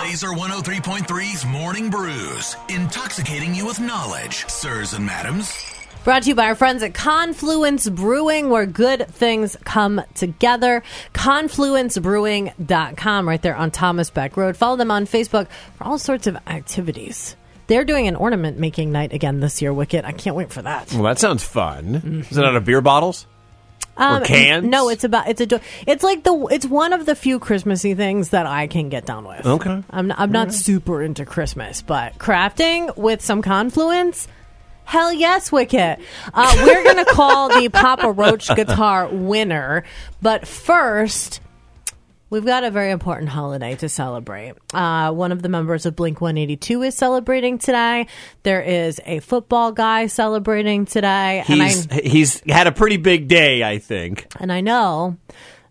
Laser 103.3's Morning Brews, intoxicating you with knowledge, sirs and madams. Brought to you by our friends at Confluence Brewing, where good things come together. ConfluenceBrewing.com, right there on Thomas Beck Road. Follow them on Facebook for all sorts of activities. They're doing an ornament making night again this year, Wicket. I can't wait for that. Well, that sounds fun. Is it out of beer bottles? Um, cans? No, it's about it's a do- it's like the it's one of the few Christmassy things that I can get down with. Okay. I'm I'm not super into Christmas, but crafting with some confluence. Hell yes, Wicket. Uh, we're gonna call the Papa Roach guitar winner, but first. We've got a very important holiday to celebrate. Uh, one of the members of Blink 182 is celebrating today. There is a football guy celebrating today. He's he's had a pretty big day, I think. And I know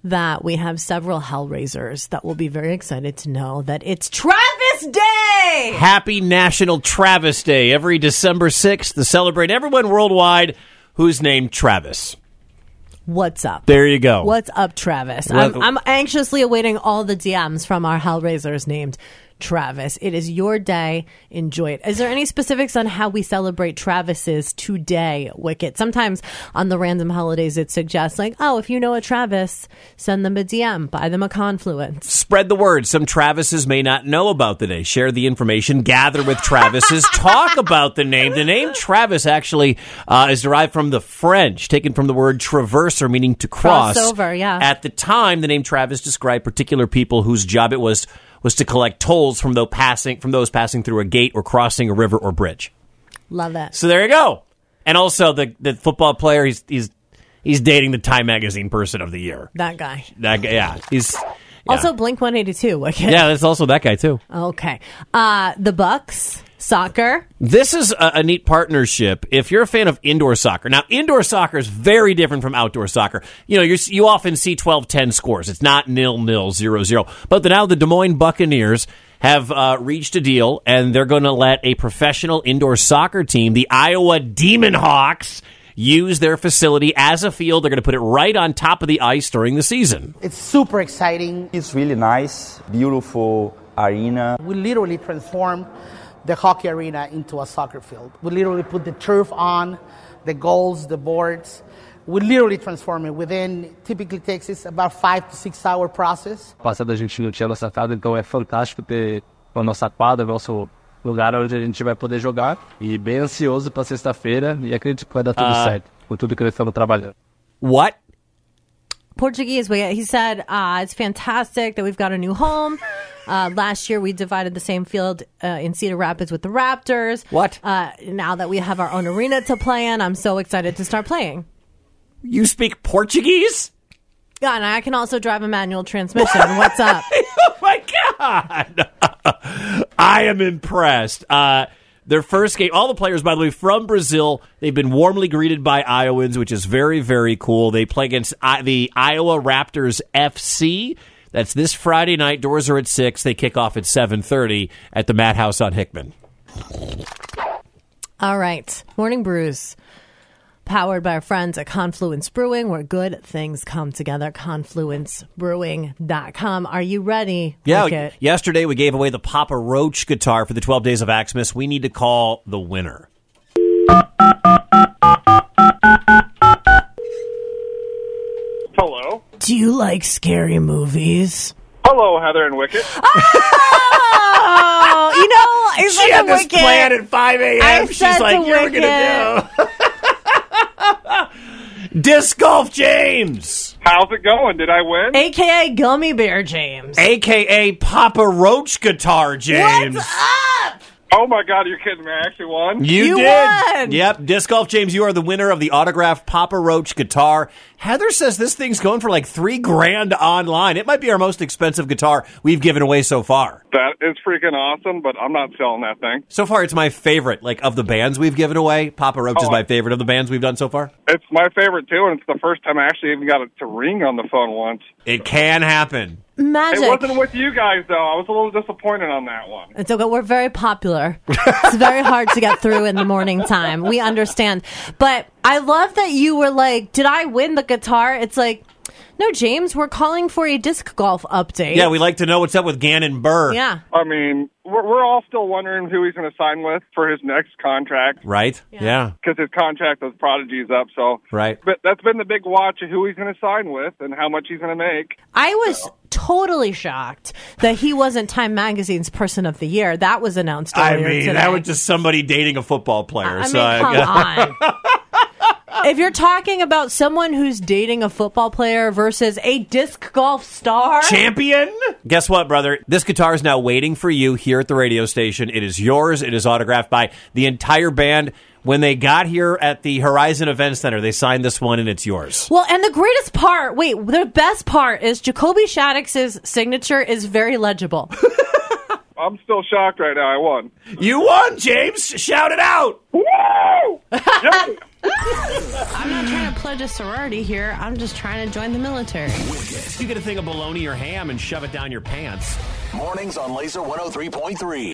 that we have several Hellraisers that will be very excited to know that it's Travis Day. Happy National Travis Day every December 6th to celebrate everyone worldwide who's named Travis. What's up? There you go. What's up, Travis? I'm, Welcome. I'm anxiously awaiting all the DMs from our Hellraisers named Travis. It is your day. Enjoy it. Is there any specifics on how we celebrate Travis's today, Wicket? Sometimes on the random holidays, it suggests, like, oh, if you know a Travis, send them a DM, buy them a confluence. Spread the word. Some Travises may not know about the day. Share the information. Gather with Travises. Talk about the name. The name Travis actually uh, is derived from the French, taken from the word traverser, meaning to cross. Cross over, yeah. At the time, the name Travis described particular people whose job it was was to collect tolls from those passing from those passing through a gate or crossing a river or bridge. Love it. So there you go. And also the the football player. He's he's he's dating the Time Magazine Person of the Year. That guy. That guy- yeah. He's. yeah. Also, Blink 182, Wicket. Yeah, that's also that guy too. Okay. Uh the Bucks soccer. This is a, a neat partnership. If you're a fan of indoor soccer, now indoor soccer is very different from outdoor soccer. You know, you're, you often see 12-10 scores. It's not nil nil zero zero. But the, now the Des Moines Buccaneers have uh, reached a deal, and they're going to let a professional indoor soccer team, the Iowa Demon Hawks, use their facility as a field. They're going to put it right on top of the ice during the season. It's super exciting. It's really nice, beautiful arena. We literally transformed the hockey arena into a soccer field. We literally put the turf on, the goals, the boards. We literally transform it within typically takes us about five to six hour process. passar da Gentilândia à nossa casa, então é fantástico ter a nossa quadra, o nosso lugar onde a gente vai poder jogar. E bem ansioso para sexta-feira e acredito que vai dar tudo certo, com tudo que eles estão trabalhando. What? Portuguese, we, he said uh, it's fantastic that we've got a new home. Uh, last year, we divided the same field uh, in Cedar Rapids with the Raptors. What? Uh, now that we have our own arena to play in, I'm so excited to start playing. You speak Portuguese? Yeah, and I can also drive a manual transmission. What's up? oh my god i am impressed uh their first game all the players by the way from brazil they've been warmly greeted by iowans which is very very cool they play against I- the iowa raptors fc that's this friday night doors are at 6 they kick off at 7.30 at the madhouse on hickman All right. Morning Brews. Powered by our friends at Confluence Brewing, where good things come together. ConfluenceBrewing.com. Are you ready? yeah Wicket? yesterday we gave away the papa roach guitar for the 12 days of axmas we need to call the winner Hello. Do you like scary movies? Hello, Heather and Wicket. Oh, you know, it's like a Wicket. 5 a.m. I said to gonna do disc golf, James, How's it going? Did I win? AKA Gummy Bear James. aka Papa Roach guitar, James. Up! Oh my God, you're kidding me! I actually won. You, You did. won. Yep, disc golf, James. You are the winner of the autographed Papa Roach guitar. Heather says this thing's going for like three grand online. It might be our most expensive guitar we've given away so far. That is freaking awesome, but I'm not selling that thing. So far, it's my favorite. Like of the bands we've given away, Papa Roach is Oh. my favorite of the bands we've done so far. It's my favorite too, and it's the first time I actually even got it to ring on the phone once. It can happen. Magic. It wasn't with you guys though. I was a little disappointed on that one. It's okay. We're very popular. It's very hard to get through in the morning time. We understand. But I love that you were like, Did I win the guitar? It's like, No, James, we're calling for a disc golf update. Yeah, we like to know what's up with Gannon Burr. Yeah. I mean, we're, we're all still wondering who he's going to sign with for his next contract Right? Yeah. because his contract with Prodigy is up. So, Right. But that's been the big watch of who he's going to sign with and how much he's going to make. I was totally shocked that he wasn't Time Magazine's Person of the Year. That was announced I earlier mean, today. that was just somebody dating a football player. I mean, so I come guess- on. If you're talking about someone who's dating a football player versus a disc golf star, champion. Guess what, brother? This guitar is now waiting for you here at the radio station. It is yours. It is autographed by the entire band. When they got here at the Horizon Event Center, they signed this one, and it's yours. Well, and the greatest part, wait, the best part is Jacoby Shaddix's signature is very legible. I'm still shocked right now. I won. You won, James. Shout it out. I'm not trying to pledge a sorority here. I'm just trying to join the military. You get a thing of bologna or ham and shove it down your pants. Mornings on Laser 103.3.